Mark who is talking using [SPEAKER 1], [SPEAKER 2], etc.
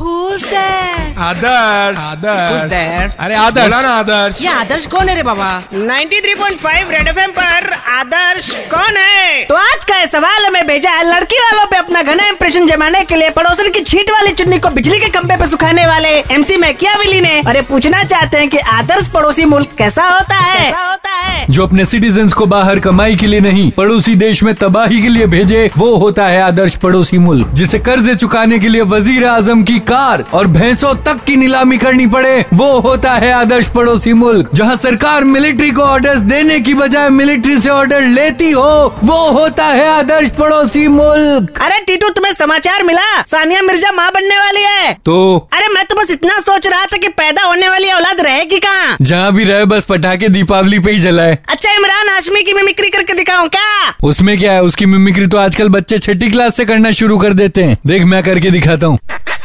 [SPEAKER 1] who's there?
[SPEAKER 2] Adarsh
[SPEAKER 3] Who's
[SPEAKER 2] Adarsh
[SPEAKER 3] there?
[SPEAKER 2] अरे आदर्श बोला ना आदर्श
[SPEAKER 1] ये आदर्श कौन है रे बाबा
[SPEAKER 3] 93.5 रेड एफएम पर आदर्श कौन है
[SPEAKER 1] तो आज का ये सवाल हमें भेजा है लड़की वालों पे अपना घना इंप्रेशन जमाने के लिए पड़ोसन की छीट वाली चुन्नी को बिजली के खंभे पे सुखाने वाले एमसी मैकिया विली ने और ये पूछना चाहते हैं कि आदर्श पड़ोसी मुल्क कैसा होता है कैसा होता है
[SPEAKER 4] जो अपने सिटीजन्स को बाहर कमाई के लिए नहीं पड़ोसी देश में तबाही के लिए भेजे वो होता है आदर्श पड़ोसी मुल्क जिसे कर्जे चुकाने के लिए वजीर आजम की कार और भैंसों तक की नीलामी करनी पड़े वो होता है आदर्श पड़ोसी मुल्क जहां सरकार मिलिट्री को ऑर्डर्स देने की बजाय मिलिट्री से ऑर्डर लेती हो वो होता है आदर्श पड़ोसी मुल्क
[SPEAKER 1] अरे टीटू तुम्हें समाचार मिला सानिया मिर्जा माँ बनने वाली है
[SPEAKER 4] तो
[SPEAKER 1] अरे मैं तो बस इतना सोच रहा था कि पैदा होने वाली औलाद रहेगी कहाँ
[SPEAKER 4] जहाँ भी रहे बस पटाखे दीपावली पे ही जलाए
[SPEAKER 1] अच्छा इमरान हाशमी की मिमिक्री करके दिखाऊं क्या
[SPEAKER 4] उसमें क्या है उसकी मिमिक्री तो आजकल बच्चे छठी क्लास से करना शुरू कर देते हैं देख मैं करके दिखाता हूँ